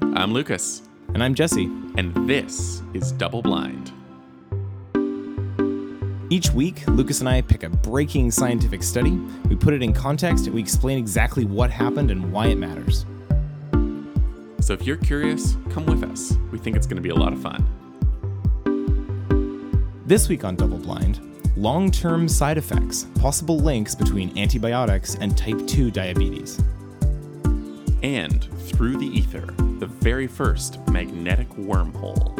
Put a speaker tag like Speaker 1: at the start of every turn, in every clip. Speaker 1: I'm Lucas,
Speaker 2: And I'm Jesse.
Speaker 1: and this is Double Blind.
Speaker 2: Each week, Lucas and I pick a breaking scientific study, we put it in context, and we explain exactly what happened and why it matters.
Speaker 1: So if you're curious, come with us. We think it's going to be a lot of fun.
Speaker 2: This week on Double Blind, long term side effects, possible links between antibiotics and type 2 diabetes.
Speaker 1: And through the ether, the very first magnetic wormhole.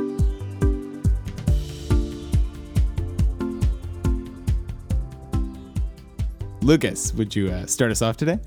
Speaker 2: Lucas, would you uh, start us off today?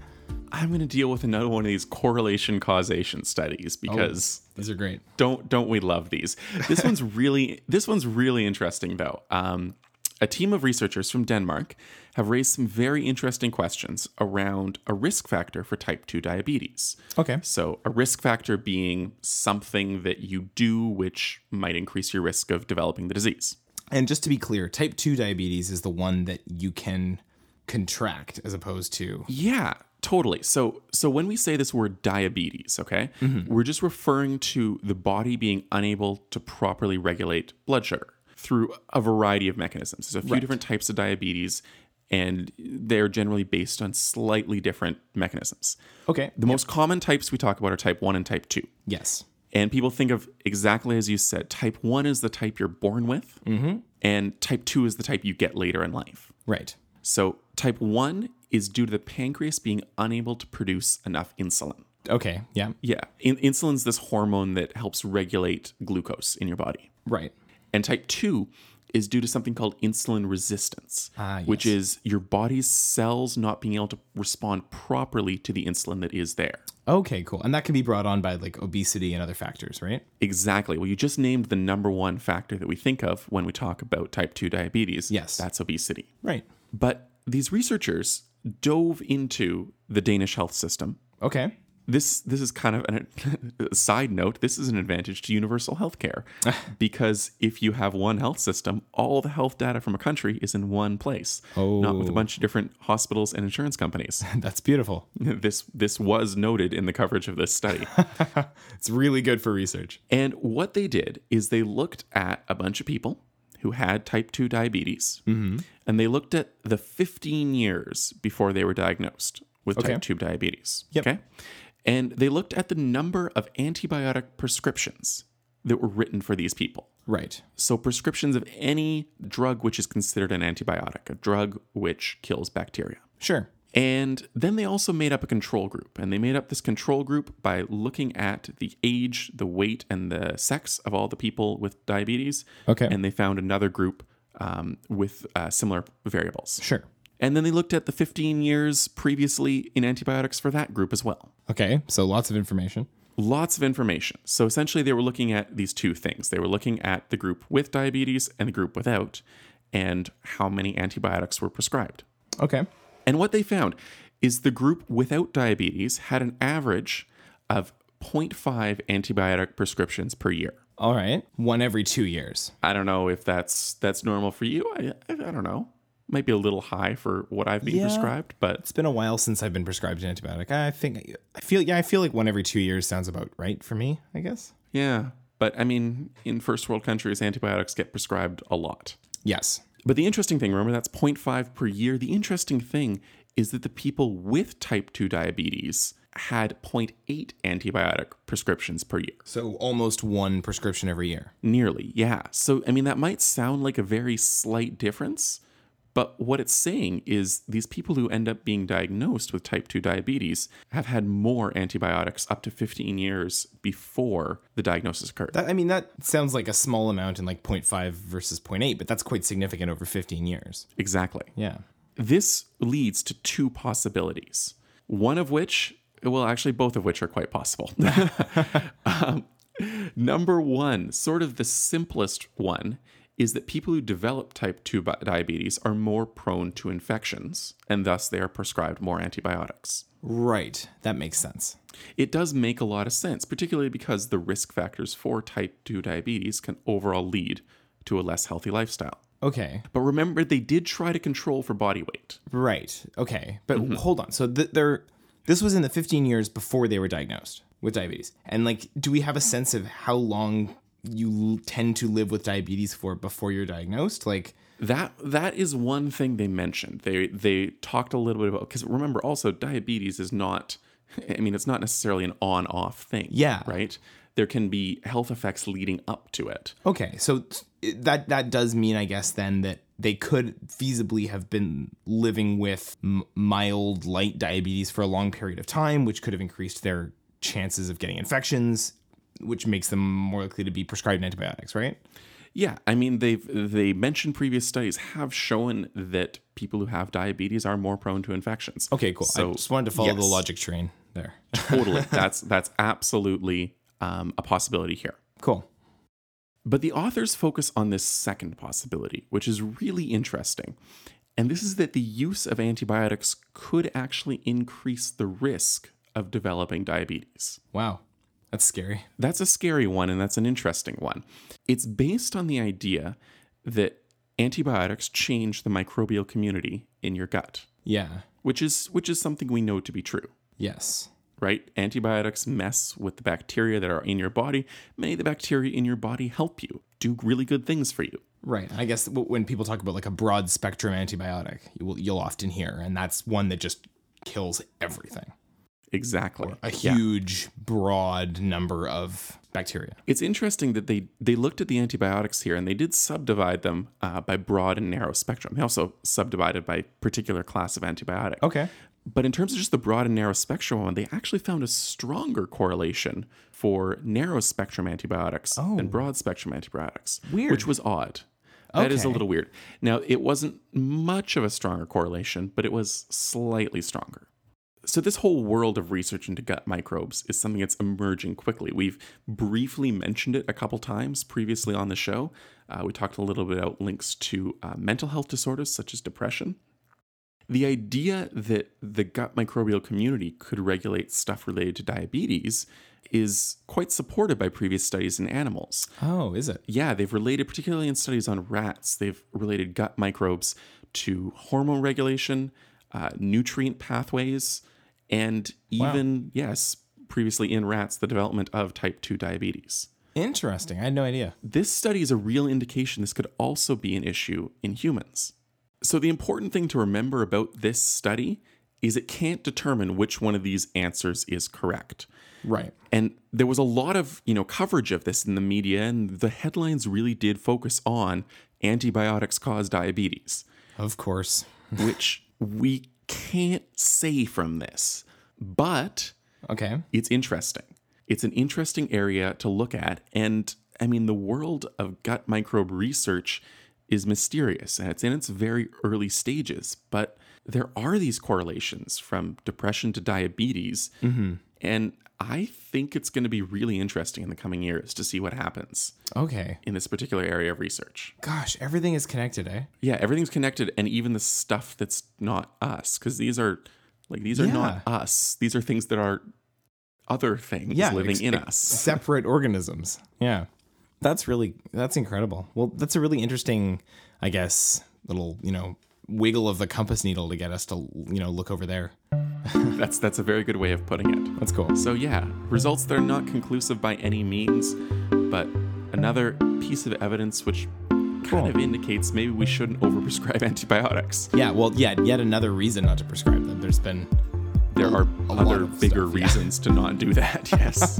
Speaker 1: I'm going to deal with another one of these correlation causation studies because
Speaker 2: Oh, These are great.
Speaker 1: don't don't we love these this one's really this one's really interesting though um, a team of researchers from denmark have raised some very interesting questions around a risk factor for type 2 diabetes
Speaker 2: Okay.
Speaker 1: so a risk factor being something that you do which might increase your risk of developing the disease
Speaker 2: And just to be clear, type 2 diabetes is the one that you can contract as opposed to.
Speaker 1: Yeah, totally. So so when we say this word diabetes, okay? We're just referring to the body being unable to properly regulate blood sugar through a variety of mechanisms. There's a few different types of diabetes and they're generally based on slightly different mechanisms.
Speaker 2: Okay.
Speaker 1: The most common types we talk about are type 1 and type 2.
Speaker 2: Yes.
Speaker 1: And people think of exactly as you said, type 1 is the type you're born with,
Speaker 2: Mm-hmm.
Speaker 1: and type 2 is the type you get later in life.
Speaker 2: Right.
Speaker 1: So, type 1 is due to the pancreas being unable to produce enough insulin.
Speaker 2: Okay. Yeah.
Speaker 1: Yeah, in- insulin's this hormone that helps regulate glucose in your body.
Speaker 2: Right.
Speaker 1: And type 2 is due to something called insulin resistance,
Speaker 2: Ah, yes.
Speaker 1: which is your body's cells not being able to respond properly to the insulin that is there.
Speaker 2: Okay, cool. And that can be brought on by like obesity and other factors, right?
Speaker 1: Exactly. Well, you just named the number one factor that we think of when we talk about type 2 diabetes.
Speaker 2: Yes.
Speaker 1: That's obesity.
Speaker 2: Right.
Speaker 1: But these researchers dove into the Danish health system
Speaker 2: Okay.
Speaker 1: this this is kind of an, a side note. This is an advantage to universal healthcare because if you have one health system, all the health data from a country is in one place, not with a
Speaker 2: Oh.
Speaker 1: bunch of different hospitals and insurance companies.
Speaker 2: That's beautiful.
Speaker 1: this this was noted in the coverage of this study.
Speaker 2: It's really good for research.
Speaker 1: and what they did is they looked at a bunch of people who had type two diabetes,
Speaker 2: Mm-hmm.
Speaker 1: and they looked at the 15 years before they were diagnosed with
Speaker 2: Okay.
Speaker 1: type 2 diabetes.
Speaker 2: Yep.
Speaker 1: Okay. And they looked at the number of antibiotic prescriptions that were written for these people.
Speaker 2: Right.
Speaker 1: So, prescriptions of any drug which is considered an antibiotic, a drug which kills bacteria.
Speaker 2: Sure.
Speaker 1: And then they also made up a control group. And they made up this control group by looking at the age, the weight, and the sex of all the people with diabetes.
Speaker 2: Okay.
Speaker 1: And they found another group um, with uh, similar variables.
Speaker 2: Sure.
Speaker 1: And then they looked at the 15 years previously in antibiotics for that group as well.
Speaker 2: Okay. So lots of information.
Speaker 1: Lots of information. So essentially, they were looking at these two things. They were looking at the group with diabetes and the group without, and how many antibiotics were prescribed.
Speaker 2: Okay.
Speaker 1: And what they found is the group without diabetes had an average of 0.5 antibiotic prescriptions per year.
Speaker 2: All right. One every two years.
Speaker 1: I don't know if that's that's normal for you. I, I I don't know. Might be a little high for what I've been
Speaker 2: Yeah.
Speaker 1: prescribed, but
Speaker 2: It's been a while since I've been prescribed an antibiotic. I think I feel yeah, I feel like one every two years sounds about right for me, I guess.
Speaker 1: yeah. But I mean, in first world countries, antibiotics get prescribed a lot.
Speaker 2: Yes.
Speaker 1: But the interesting thing, remember that's 0.5 per year. The interesting thing is that the people with type 2 diabetes had 0.8 antibiotic prescriptions per year.
Speaker 2: So almost one prescription every year.
Speaker 1: Nearly, yeah. So, I mean, that might sound like a very slight difference, but what it's saying is these people who end up being diagnosed with type 2 diabetes have had more antibiotics up to 15 years before the diagnosis occurred.
Speaker 2: That I mean that sounds like a small amount in like 0.5 versus 0.8, but that's quite significant over 15 years.
Speaker 1: exactly.
Speaker 2: Yeah.
Speaker 1: This leads to two possibilities, one of which, well, actually, both of which are quite possible. Um, Number one, sort of the simplest one, is that people who develop type 2 bi- diabetes are more prone to infections and thus they are prescribed more antibiotics.
Speaker 2: Right. That makes sense.
Speaker 1: It does make a lot of sense, particularly because the risk factors for type 2 diabetes can overall lead to a less healthy lifestyle.
Speaker 2: Okay.
Speaker 1: But remember, they did try to control for body weight.
Speaker 2: Right. Okay. But hold on. So th- they're this was in the 15 years before they were diagnosed with diabetes. And like, do we have a sense of how long you l- tend to live with diabetes for before you're diagnosed? Like,
Speaker 1: That that is one thing they mentioned. They they talked a little bit about because remember also diabetes is not. I mean, it's not necessarily an on-off thing.
Speaker 2: Yeah.
Speaker 1: Right. There can be health effects leading up to it.
Speaker 2: okay, so it- that that does mean, I guess, then that they could feasibly have been living with m- mild, light diabetes for a long period of time, which could have increased their chances of getting infections, which makes them more likely to be prescribed antibiotics, right?
Speaker 1: Yeah, I mean they've they mentioned previous studies have shown that people who have diabetes are more prone to infections.
Speaker 2: Okay, cool. I
Speaker 1: So,
Speaker 2: just wanted to follow the
Speaker 1: yes.
Speaker 2: logic train there.
Speaker 1: totally. That's that's absolutely um, a possibility here.
Speaker 2: Cool.
Speaker 1: But the authors focus on this second possibility, which is really interesting. And this is that the use of antibiotics could actually increase the risk of developing diabetes.
Speaker 2: Wow. That's scary.
Speaker 1: That's a scary one, and that's an interesting one. It's based on the idea that antibiotics change the microbial community in your gut,
Speaker 2: Yeah.
Speaker 1: which is which is something we know to be true,
Speaker 2: Yes.
Speaker 1: right? Antibiotics mess with the bacteria that are in your body. Many of the bacteria in your body help you, do really good things for you.
Speaker 2: Right. I guess w- when people talk about like a broad spectrum antibiotic, you will, you'll often hear, and that's one that just kills everything.
Speaker 1: Exactly.
Speaker 2: A
Speaker 1: Yeah.
Speaker 2: huge, broad number of bacteria.
Speaker 1: It's interesting that they they looked at the antibiotics here and they did subdivide them uh, by broad and narrow spectrum. They also subdivided by particular class of antibiotic.
Speaker 2: Okay.
Speaker 1: But in terms of just the broad and narrow spectrum one, they actually found a stronger correlation for narrow spectrum antibiotics than broad spectrum antibiotics,
Speaker 2: Oh. Weird.
Speaker 1: which was odd. That is a
Speaker 2: Okay.
Speaker 1: little weird. Now, it wasn't much of a stronger correlation, but it was slightly stronger. So, this whole world of research into gut microbes is something that's emerging quickly. We've briefly mentioned it a couple times previously on the show. Uh, we talked a little bit about links to uh, mental health disorders such as depression. The idea that the gut microbial community could regulate stuff related to diabetes is quite supported by previous studies in animals.
Speaker 2: Oh, is it?
Speaker 1: Yeah, they've related, particularly in studies on rats, they've related gut microbes to hormone regulation, uh, nutrient pathways, and even, yes, previously in rats, the development of type 2 diabetes.
Speaker 2: Interesting. I had no idea.
Speaker 1: This study is a real indication this could also be an issue in humans. So, the important thing to remember about this study is it can't determine which one of these answers is correct.
Speaker 2: Right.
Speaker 1: And there was a lot of, you know, coverage of this in the media and the headlines really did focus on antibiotics cause diabetes,
Speaker 2: Of course.
Speaker 1: which we can't say from this. But
Speaker 2: Okay.
Speaker 1: it's interesting. It's an interesting area to look at. And I mean, the world of gut microbe research is mysterious and it's in its very early stages, but there are these correlations from depression to diabetes.
Speaker 2: Mm-hmm.
Speaker 1: And I think it's going to be really interesting in the coming years to see what happens
Speaker 2: Okay.
Speaker 1: in this particular area of research.
Speaker 2: Gosh, everything is connected, eh?
Speaker 1: Yeah, everything's connected, and even the stuff that's not us, because these are like these are not us. These are things that are other things living
Speaker 2: ex-
Speaker 1: in
Speaker 2: ex-
Speaker 1: us.
Speaker 2: Separate organisms. Yeah. That's really that's incredible. Well, that's a really interesting, I guess, little, you know, wiggle of the compass needle to get us to, you know, look over there.
Speaker 1: That's that's a very good way of putting it.
Speaker 2: That's cool.
Speaker 1: So yeah, results that are not conclusive by any means, but another piece of evidence which kind of indicates maybe we shouldn't overprescribe antibiotics.
Speaker 2: Yeah, well, yeah, yet another reason not to prescribe them. There's been
Speaker 1: There are
Speaker 2: lot
Speaker 1: other
Speaker 2: of
Speaker 1: bigger
Speaker 2: stuff, yeah.
Speaker 1: reasons to not do that. Yes.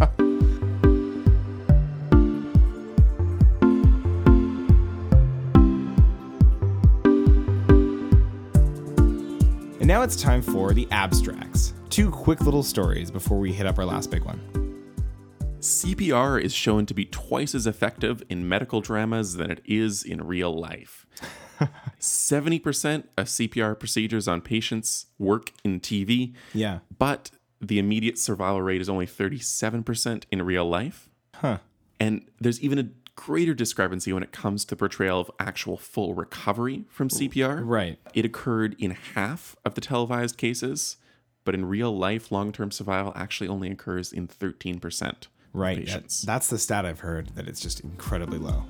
Speaker 2: And now it's time for the abstracts. Two quick little stories before we hit up our last big one.
Speaker 1: CPR is shown to be twice as effective in medical dramas than it is in real life. 70% of CPR procedures on patients work in TV.
Speaker 2: Yeah.
Speaker 1: but the immediate survival rate is only 37% in real life.
Speaker 2: Huh.
Speaker 1: And there's even a greater discrepancy when it comes to portrayal of actual full recovery from CPR.
Speaker 2: Right.
Speaker 1: It occurred in half of the televised cases, but in real life, long term survival actually only occurs in 13%. of
Speaker 2: Right. That-
Speaker 1: Patients.
Speaker 2: that's the stat I've heard that it's just incredibly low.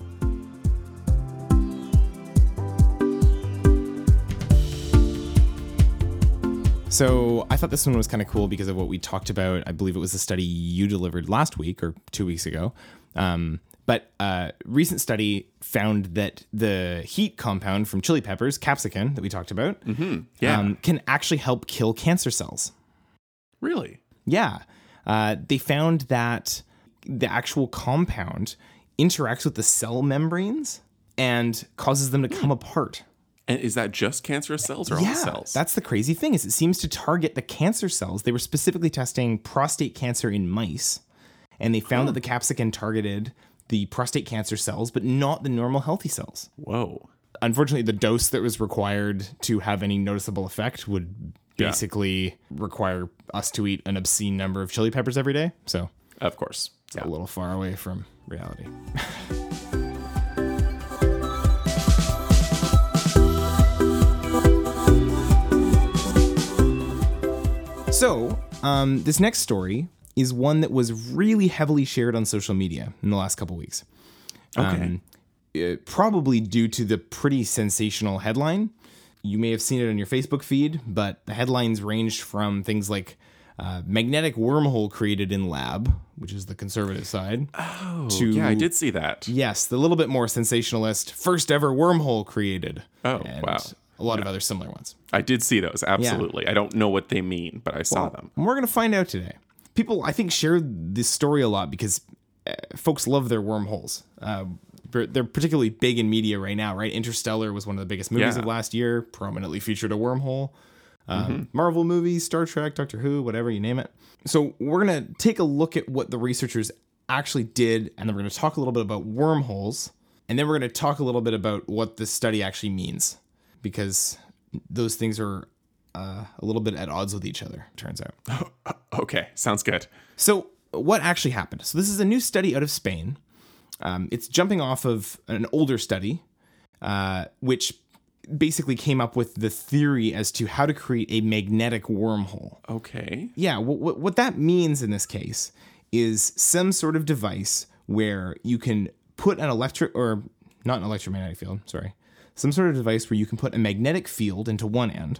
Speaker 2: So I thought this one was kind of cool because of what we talked about. I believe it was the study you delivered last week or two weeks ago. Um, but uh, recent study found that the heat compound from chili peppers, capsicum, that we talked about,
Speaker 1: Yeah.
Speaker 2: um, can actually help kill cancer cells.
Speaker 1: really?
Speaker 2: Yeah. Uh, they found that the actual compound interacts with the cell membranes and causes them to come apart.
Speaker 1: And is that just cancerous cells or all cells?
Speaker 2: That's the crazy thing is it seems to target the cancer cells. They were specifically testing prostate cancer in mice, and they found that the capsicum targeted the prostate cancer cells, but not the normal healthy cells.
Speaker 1: Whoa.
Speaker 2: Unfortunately, the dose that was required to have any noticeable effect would
Speaker 1: Yeah.
Speaker 2: basically require us to eat an obscene number of chili peppers every day. So
Speaker 1: Of course.
Speaker 2: it's a little far away from reality. So, um, this next story is one that was really heavily shared on social media in the last couple weeks. Um,
Speaker 1: Okay.
Speaker 2: Uh, probably due to the pretty sensational headline. You may have seen it on your Facebook feed, but the headlines ranged from things like uh, magnetic wormhole created in lab, which is the conservative side,
Speaker 1: oh,
Speaker 2: to-
Speaker 1: yeah, I did see that.
Speaker 2: yes, the little bit more sensationalist first ever wormhole created.
Speaker 1: Oh,
Speaker 2: and
Speaker 1: wow.
Speaker 2: A lot of other similar ones.
Speaker 1: I did see those. Absolutely. I don't know what they mean, but I saw them.
Speaker 2: And we're going to find out today. People, I think, share this story a lot because uh, folks love their wormholes. Uh, they're they're particularly big in media right now, right? Interstellar was one of the biggest movies
Speaker 1: Yeah.
Speaker 2: of last year, prominently featured a wormhole. Um, Marvel movies, Star Trek, Doctor Who, whatever you name it. So we're going to take a look at what the researchers actually did, and then we're going to talk a little bit about wormholes, and then we're going to talk a little bit about what this study actually means, because those things are uh, a little bit at odds with each other. Turns out.
Speaker 1: Okay, sounds good.
Speaker 2: So, what actually happened? So, this is a new study out of Spain. Um, it's jumping off of an older study, uh, which basically came up with the theory as to how to create a magnetic wormhole.
Speaker 1: Okay.
Speaker 2: Yeah, what, what, what that means in this case is some sort of device where you can put an electric or not an electromagnetic field, sorry, some sort of device where you can put a magnetic field into one end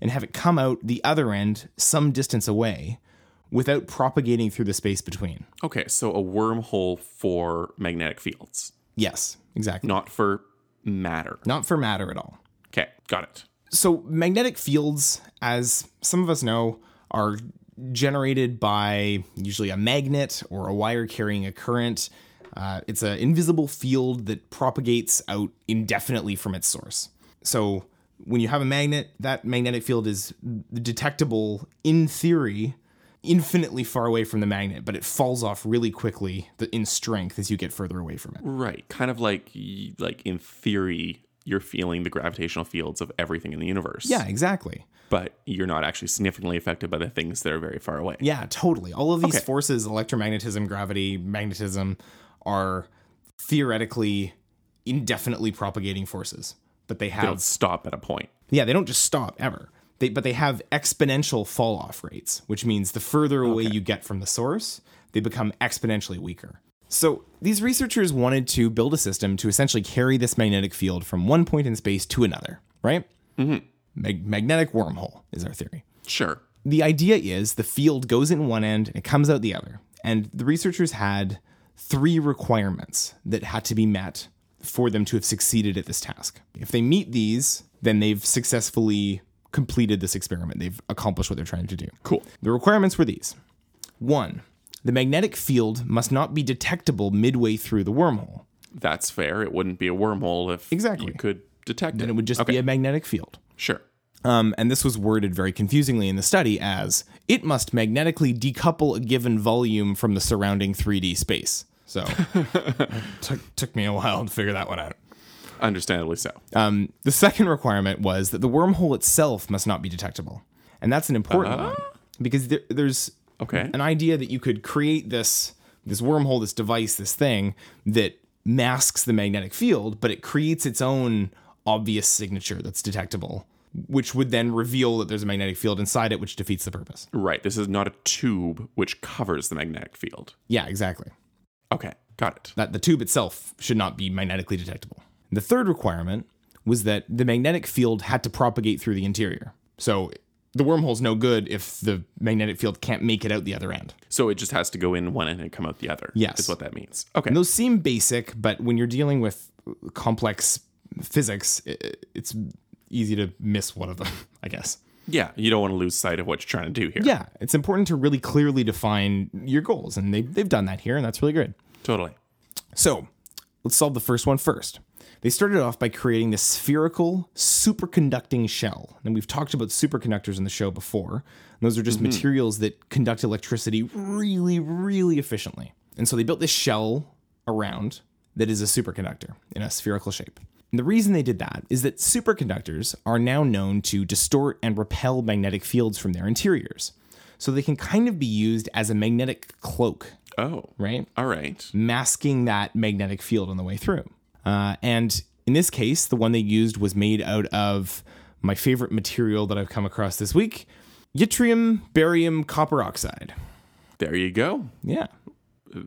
Speaker 2: and have it come out the other end some distance away without propagating through the space between.
Speaker 1: Okay, so a wormhole for magnetic fields,
Speaker 2: Yes, exactly.
Speaker 1: not for matter.
Speaker 2: Not for matter at all.
Speaker 1: Okay, got it.
Speaker 2: so magnetic fields, as some of us know, are generated by usually a magnet or a wire carrying a current. Uh, it's an invisible field that propagates out indefinitely from its source. So when you have a magnet, that magnetic field is detectable in theory infinitely far away from the magnet, but it falls off really quickly in strength as you get further away from it.
Speaker 1: Right, kind of like y- like in theory, you're feeling the gravitational fields of everything in the universe.
Speaker 2: Yeah, exactly.
Speaker 1: but you're not actually significantly affected by the things that are very far away.
Speaker 2: Yeah, totally. All of these
Speaker 1: Okay.
Speaker 2: forces, electromagnetism, gravity, magnetism, are theoretically indefinitely propagating forces, but they
Speaker 1: It'll
Speaker 2: have
Speaker 1: stop at a point.
Speaker 2: yeah, they don't just stop ever. They but they have exponential fall off rates, which means the further away you get from the source, they become exponentially weaker. So, these researchers wanted to build a system to essentially carry this magnetic field from one point in space to another, right? Mm-hmm. Mag- magnetic wormhole is our theory
Speaker 1: Sure.
Speaker 2: the idea is the field goes in one end and it comes out the other. And the researchers had three requirements that had to be met for them to have succeeded at this task. If they meet these, then they've successfully completed this experiment. They've accomplished what they're trying to do.
Speaker 1: Cool.
Speaker 2: The requirements were these one, the magnetic field must not be detectable midway through the wormhole.
Speaker 1: That's fair. It wouldn't be a wormhole if
Speaker 2: Exactly.
Speaker 1: you could detect it.
Speaker 2: It would just be a magnetic field.
Speaker 1: Sure.
Speaker 2: Um, and this was worded very confusingly in the study as it must magnetically decouple a given volume from the surrounding 3D space. So took, took me a while to figure that one out.
Speaker 1: Understandably so.
Speaker 2: Um, the second requirement was that the wormhole itself must not be detectable. And that's an important one because there, there's
Speaker 1: Okay.
Speaker 2: an idea that you could create this this wormhole, this device, this thing that masks the magnetic field, but it creates its own obvious signature that's detectable, which would then reveal that there's a magnetic field inside it, which defeats the purpose.
Speaker 1: Right. This is not a tube which covers the magnetic field.
Speaker 2: Yeah, exactly.
Speaker 1: Okay. Got it.
Speaker 2: That the tube itself should not be magnetically detectable. The third requirement was that the magnetic field had to propagate through the interior. So the wormhole's no good if the magnetic field can't make it out the other end.
Speaker 1: So it just has to go in one end and come out the other.
Speaker 2: Yes.
Speaker 1: Is what that means. Okay.
Speaker 2: And those seem basic, but when you're dealing with complex physics, i- i- it's easy to miss one of them, I guess.
Speaker 1: Yeah. You don't want to lose sight of what you're trying to do here.
Speaker 2: Yeah, it's important to really clearly define your goals, and they, they've done that here, and that's really good.
Speaker 1: Totally.
Speaker 2: So let's solve the first one first. They started off by creating this spherical superconducting shell. And we've talked about superconductors in the show before. And those are just materials that conduct electricity really, really efficiently. And so they built this shell around that is a superconductor in a spherical shape. And the reason they did that is that superconductors are now known to distort and repel magnetic fields from their interiors. So they can kind of be used as a magnetic cloak,
Speaker 1: Oh.
Speaker 2: right?
Speaker 1: All right.
Speaker 2: masking that magnetic field on the way through. Uh, and in this case, the one they used was made out of my favorite material that I've come across this week yttrium barium copper oxide.
Speaker 1: There you go.
Speaker 2: Yeah.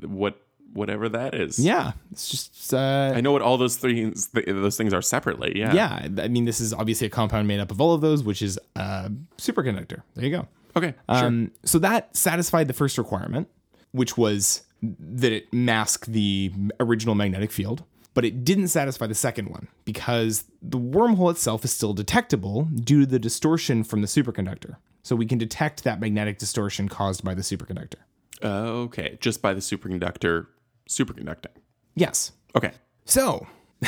Speaker 1: What whatever that is.
Speaker 2: Yeah. It's just, uh,
Speaker 1: I know what all those things th- those things are separately. Yeah.
Speaker 2: yeah. I mean, this is obviously a compound made up of all of those, which is a superconductor. There you go.
Speaker 1: Okay. sure.
Speaker 2: Um, so that satisfied the first requirement, which was that it mask the original magnetic field. But it didn't satisfy the second one because the wormhole itself is still detectable due to the distortion from the superconductor. So we can detect that magnetic distortion caused by the superconductor.
Speaker 1: Okay. Just by the superconductor superconducting.
Speaker 2: Yes.
Speaker 1: Okay.
Speaker 2: So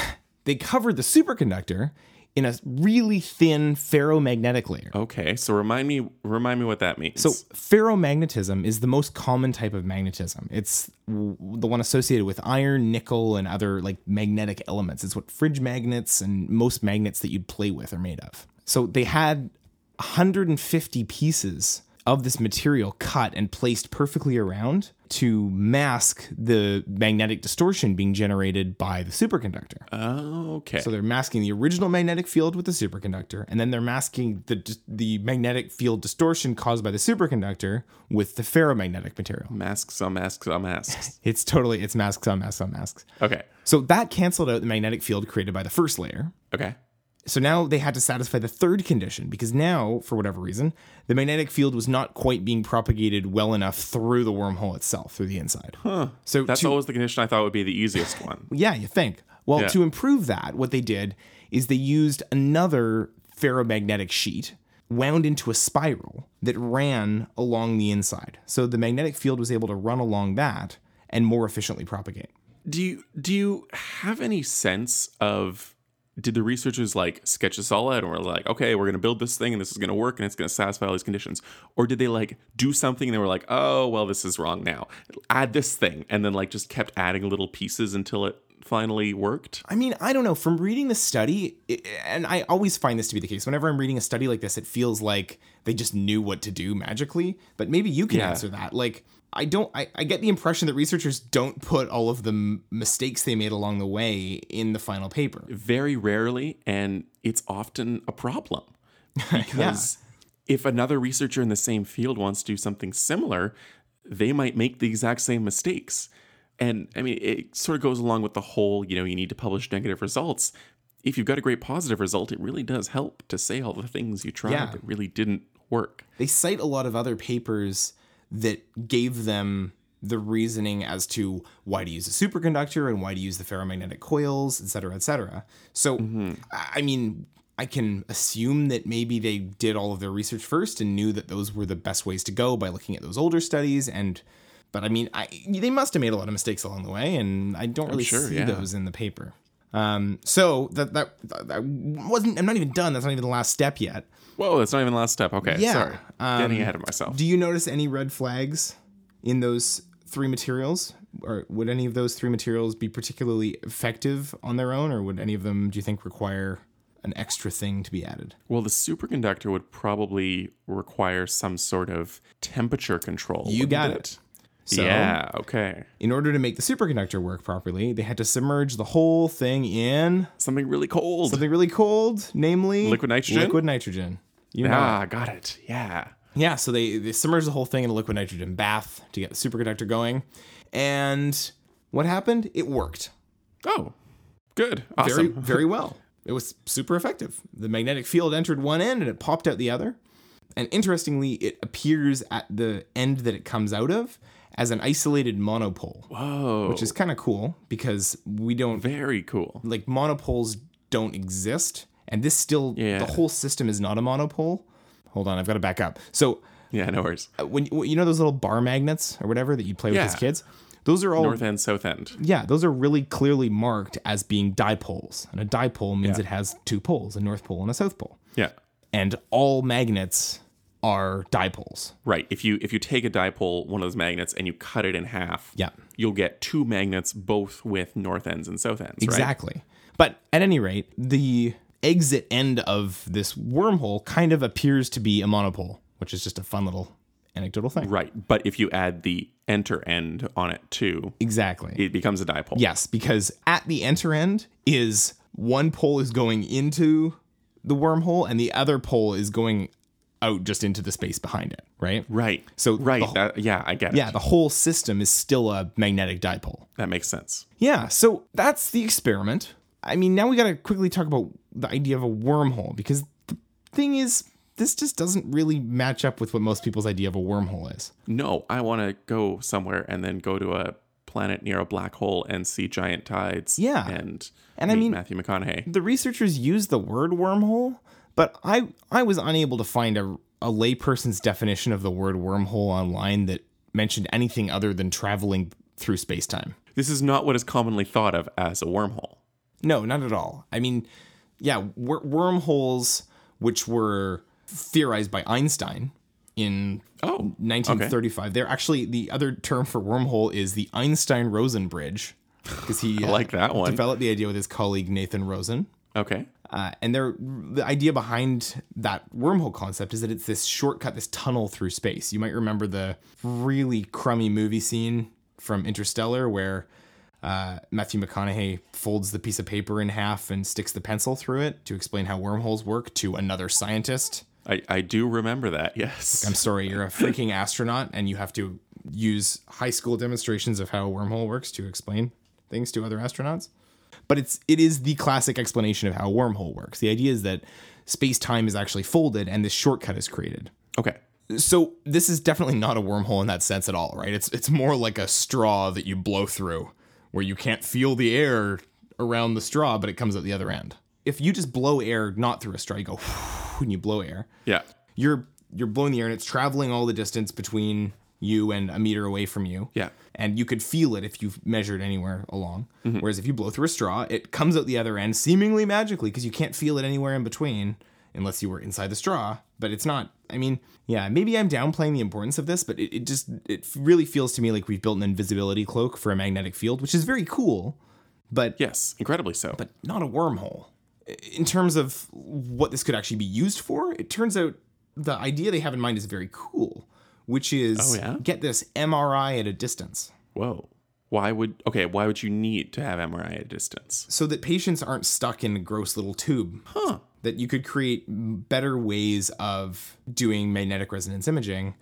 Speaker 2: they covered the superconductor in a really thin ferromagnetic layer.
Speaker 1: Okay. So remind me remind me what that means.
Speaker 2: So ferromagnetism is the most common type of magnetism. It's w- the one associated with iron, nickel, and other like magnetic elements. It's what fridge magnets and most magnets that you'd play with are made of. So they had 150 pieces of this material cut and placed perfectly around to mask the magnetic distortion being generated by the superconductor.
Speaker 1: okay.
Speaker 2: So they're masking the original magnetic field with the superconductor, and then they're masking the the magnetic field distortion caused by the superconductor with the ferromagnetic material.
Speaker 1: masks on masks on masks.
Speaker 2: It's totally it's masks on masks on masks.
Speaker 1: Okay.
Speaker 2: So that canceled out the magnetic field created by the first layer.
Speaker 1: Okay.
Speaker 2: So now they had to satisfy the third condition because now, for whatever reason, the magnetic field was not quite being propagated well enough through the wormhole itself, through the inside. So
Speaker 1: That's
Speaker 2: to-
Speaker 1: always the condition I thought would be the easiest one.
Speaker 2: Yeah, you think. Well,
Speaker 1: Yeah.
Speaker 2: to improve that, what they did is they used another ferromagnetic sheet wound into a spiral that ran along the inside. So the magnetic field was able to run along that and more efficiently propagate.
Speaker 1: Do you do you have any sense of did the researchers like sketch this all out and we're like, okay, we're gonna build this thing and this is gonna work and it's gonna satisfy all these conditions? Or did they like do something and they were like, oh well, this is wrong now. Add this thing and then like just kept adding little pieces until it finally worked?
Speaker 2: I mean, I don't know. From reading the study, it, and I always find this to be the case. Whenever I'm reading a study like this, it feels like they just knew what to do magically. But maybe you can answer that. Like, I don't. I, I get the impression that researchers don't put all of the m- mistakes they made along the way in the final paper.
Speaker 1: Very rarely, and it's often a problem. Because if another researcher in the same field wants to do something similar, they might make the exact same mistakes. And I mean, it sort of goes along with the whole, you know, you need to publish negative results. If you've got a great positive result, it really does help to say all the things you tried
Speaker 2: Yeah.
Speaker 1: that really didn't work.
Speaker 2: they cite a lot of other papers that gave them the reasoning as to why to use a superconductor and why to use the ferromagnetic coils, et cetera, et cetera. So,
Speaker 1: Mm-hmm.
Speaker 2: I I mean, I can assume that maybe they did all of their research first and knew that those were the best ways to go by looking at those older studies. And, but I mean, I, they must have made a lot of mistakes along the way, and I don't really
Speaker 1: sure,
Speaker 2: see
Speaker 1: yeah.
Speaker 2: those in the paper. Um, so that, that that wasn't. I'm not even done. That's not even the last step yet.
Speaker 1: Whoa, that's not even the last step. Okay,
Speaker 2: Yeah, um,
Speaker 1: sorry. Getting ahead of myself.
Speaker 2: Do you notice any red flags in those three materials? Or would any of those three materials be particularly effective on their own, or would any of them, do you think, require an extra thing to be added?
Speaker 1: Well, the superconductor would probably require some sort of temperature control.
Speaker 2: You
Speaker 1: wouldn't
Speaker 2: got it. So,
Speaker 1: yeah, okay.
Speaker 2: in order to make the superconductor work properly, they had to submerge the whole thing in
Speaker 1: Something really cold.
Speaker 2: something really cold, namely
Speaker 1: Liquid nitrogen?
Speaker 2: Liquid nitrogen. You know,
Speaker 1: ah, got it. Yeah.
Speaker 2: Yeah, so they, they submerged the whole thing in a liquid nitrogen bath to get the superconductor going. And what happened? It worked.
Speaker 1: Oh, good. Awesome.
Speaker 2: very very well. It was super effective. The magnetic field entered one end and it popped out the other. And interestingly, it appears at the end that it comes out of as an isolated monopole,
Speaker 1: Whoa.
Speaker 2: which is kind of cool because we don't
Speaker 1: very cool.
Speaker 2: like monopoles don't exist and this still
Speaker 1: Yeah.
Speaker 2: the whole system is not a monopole. Hold on, I've got to back up. So
Speaker 1: Yeah, no worries.
Speaker 2: uh, when you know those little bar magnets or whatever that you play
Speaker 1: Yeah.
Speaker 2: with as kids, those are all
Speaker 1: North end, south end.
Speaker 2: yeah, those are really clearly marked as being dipoles. And a dipole means it has two poles, a north pole and a south pole.
Speaker 1: Yeah.
Speaker 2: And all magnets are dipoles.
Speaker 1: Right. If you if you take a dipole, one of those magnets, and you cut it in half,
Speaker 2: Yeah.
Speaker 1: you'll get two magnets, both with north ends and south ends. Right?
Speaker 2: Exactly. But at any rate, the exit end of this wormhole kind of appears to be a monopole, which is just a fun little anecdotal thing.
Speaker 1: Right. But if you add the enter end on it too,
Speaker 2: Exactly.
Speaker 1: it becomes a dipole.
Speaker 2: Yes, because at the enter end is one pole is going into the wormhole and the other pole is going out just into the space behind it, right?
Speaker 1: Right.
Speaker 2: So the
Speaker 1: right.
Speaker 2: wh-
Speaker 1: that- yeah, I get it.
Speaker 2: Yeah, the whole system is still a magnetic dipole.
Speaker 1: That makes sense.
Speaker 2: Yeah, so that's the experiment. I mean, now we got to quickly talk about the idea of a wormhole because the thing is, this just doesn't really match up with what most people's idea of a wormhole is.
Speaker 1: No, I want to go somewhere and then go to a planet near a black hole and see giant tides.
Speaker 2: Yeah.
Speaker 1: And
Speaker 2: And I
Speaker 1: meet
Speaker 2: mean-
Speaker 1: Matthew McConaughey.
Speaker 2: The researchers use the word wormhole, but I I was unable to find a a layperson's definition of the word wormhole online that mentioned anything other than traveling through space-time.
Speaker 1: This is not what is commonly thought of as a wormhole.
Speaker 2: No, not at all. I mean, yeah, wor- wormholes, which were theorized by Einstein in
Speaker 1: Oh,
Speaker 2: 1935, they're actually the other term for wormhole is the Einstein Rosen bridge, because he
Speaker 1: I
Speaker 2: uh,
Speaker 1: like that one.
Speaker 2: developed the idea with his colleague Nathan Rosen.
Speaker 1: Okay.
Speaker 2: Uh, and they're, the idea behind that wormhole concept is that it's this shortcut, this tunnel through space. You might remember the really crummy movie scene from Interstellar where uh, Matthew McConaughey folds the piece of paper in half and sticks the pencil through it to explain how wormholes work to another scientist.
Speaker 1: I, I do remember that. Yes.
Speaker 2: I'm sorry, you're a freaking astronaut and you have to use high school demonstrations of how a wormhole works to explain things to other astronauts. But it's it is the classic explanation of how a wormhole works. The idea is that space-time is actually folded and this shortcut is created.
Speaker 1: okay.
Speaker 2: So this is definitely not a wormhole in that sense at all, right? It's it's more like a straw that you blow through where you can't feel the air around the straw, but it comes out the other end. If you just blow air not through a straw, you go when you blow air
Speaker 1: Yeah.
Speaker 2: you're you're blowing the air and it's traveling all the distance between you and a meter away from you.
Speaker 1: Yeah.
Speaker 2: And you could feel it if you measured anywhere along. Whereas if you blow through a straw, it comes out the other end seemingly magically because you can't feel it anywhere in between unless you were inside the straw. But it's not. I mean, yeah, maybe I'm downplaying the importance of this, but it, it just it really feels to me like we've built an invisibility cloak for a magnetic field, which is very cool, but
Speaker 1: Yes. Incredibly so.
Speaker 2: but not a wormhole. In terms of what this could actually be used for, it turns out the idea they have in mind is very cool, which is
Speaker 1: Oh, yeah?
Speaker 2: get this MRI at a distance
Speaker 1: Whoa. Why would okay? Why would you need to have MRI at a distance?
Speaker 2: so that patients aren't stuck in a gross little tube. Huh. That you could create better ways of doing magnetic resonance imaging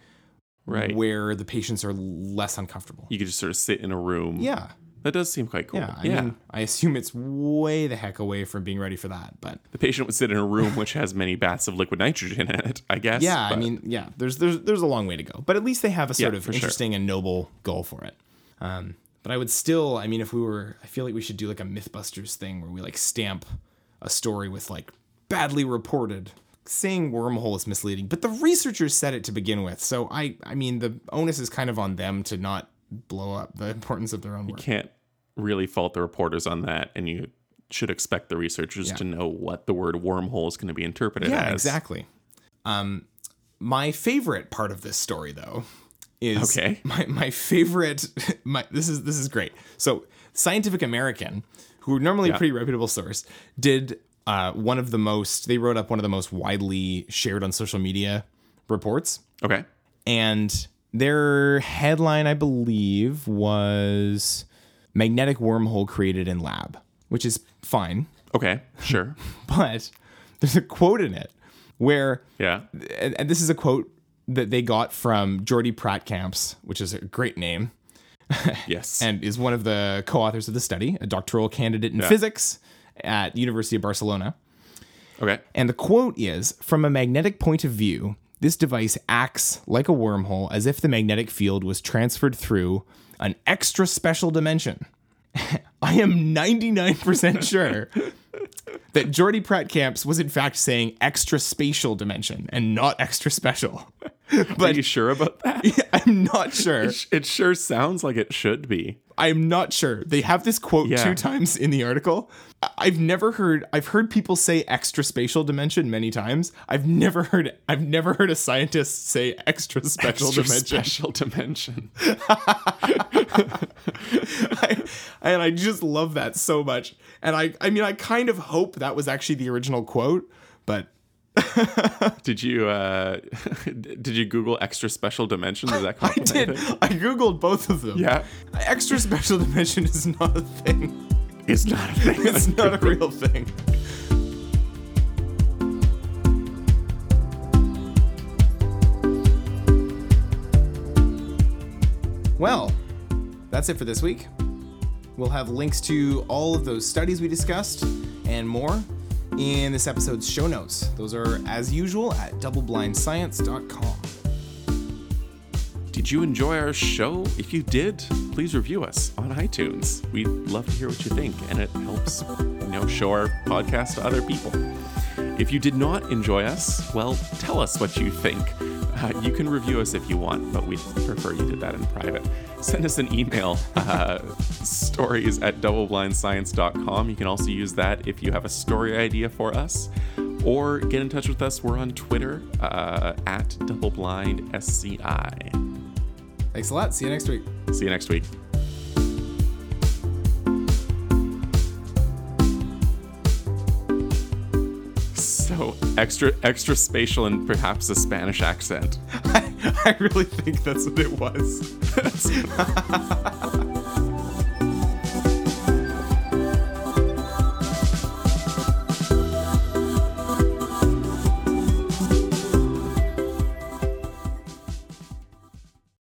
Speaker 1: Right.
Speaker 2: where the patients are less uncomfortable.
Speaker 1: you could just sort of sit in a room.
Speaker 2: Yeah.
Speaker 1: That does seem quite cool.
Speaker 2: Yeah. I mean, I assume it's way the heck away from being ready for that, but
Speaker 1: the patient would sit in a room which has many baths of liquid nitrogen in it. I guess.
Speaker 2: Yeah, I
Speaker 1: but-
Speaker 2: mean, yeah, there's there's there's a long way to go, but at least they have a sort
Speaker 1: Yeah,
Speaker 2: of
Speaker 1: for sure.
Speaker 2: interesting and noble goal for it. Um, but I would still, I mean, if we were, I feel like we should do like a MythBusters thing where we like stamp a story with like badly reported. Saying wormhole is misleading, but the researchers said it to begin with, so I I mean the onus is kind of on them to not blow up the importance of their own work.
Speaker 1: can't really fault the reporters on that, and you should expect the researchers to know what the word wormhole is going to be interpreted
Speaker 2: Yeah,
Speaker 1: as.
Speaker 2: exactly. Um, my favorite part of this story, though, is
Speaker 1: Okay.
Speaker 2: My my favorite. My this is this is great. So, Scientific American, who are normally a pretty reputable source, did uh, one of the most. They wrote up one of the most widely shared on social media reports,
Speaker 1: Okay.
Speaker 2: and their headline, I believe, was "Magnetic Wormhole Created in Lab," which is fine,
Speaker 1: Okay. Sure.
Speaker 2: but there's a quote in it where
Speaker 1: yeah.
Speaker 2: and, and this is a quote that they got from Jordy Prattkamps, which is a great name,
Speaker 1: Yes.
Speaker 2: and is one of the co-authors of the study, a doctoral candidate in physics at the University of Barcelona.
Speaker 1: okay.
Speaker 2: And the quote is, from a magnetic point of view, This device acts like a wormhole as if the magnetic field was transferred through an extra special dimension. I am 99% sure that Geordie Pratt Camps was in fact saying extra spatial dimension and not extra special.
Speaker 1: Are
Speaker 2: But
Speaker 1: you sure about that?
Speaker 2: I'm not sure.
Speaker 1: It sure sounds like it should be.
Speaker 2: I'm not sure. They have this quote
Speaker 1: Yeah.
Speaker 2: two times in the article. I- I've never heard I've heard people say extra spatial dimension many times. I've never heard I've never heard a scientist say extra special
Speaker 1: Extra
Speaker 2: dimension.
Speaker 1: Special dimension.
Speaker 2: I, and I just love that so much. And I I mean I kind of hope that was actually the original quote, but
Speaker 1: Did you uh, did you Google extra special dimension? Does that
Speaker 2: I did
Speaker 1: complicate it?
Speaker 2: I googled both of them.
Speaker 1: Yeah,
Speaker 2: Extra special dimension is not a thing.
Speaker 1: it's not a thing.
Speaker 2: It's not a real thing. Well, that's it for this week. We'll have links to all of those studies we discussed and more in this episode's show notes. Those are, as usual, at doubleblindscience.com.
Speaker 1: Did you enjoy our show? If you did, please review us on iTunes. We'd love to hear what you think, and it helps, you know, show our podcast to other people. If you did not enjoy us, well, tell us what you think. Uh, you can review us if you want, but we'd prefer you did that in private. Send us an email, uh, stories at doubleblindscience.com. You can also use that if you have a story idea for us, or get in touch with us. We're on Twitter uh, at doubleblindSCI.
Speaker 2: Thanks a lot. See you next week.
Speaker 1: See you next week. So extra extra spatial and perhaps a Spanish accent.
Speaker 2: I really think that's what it was.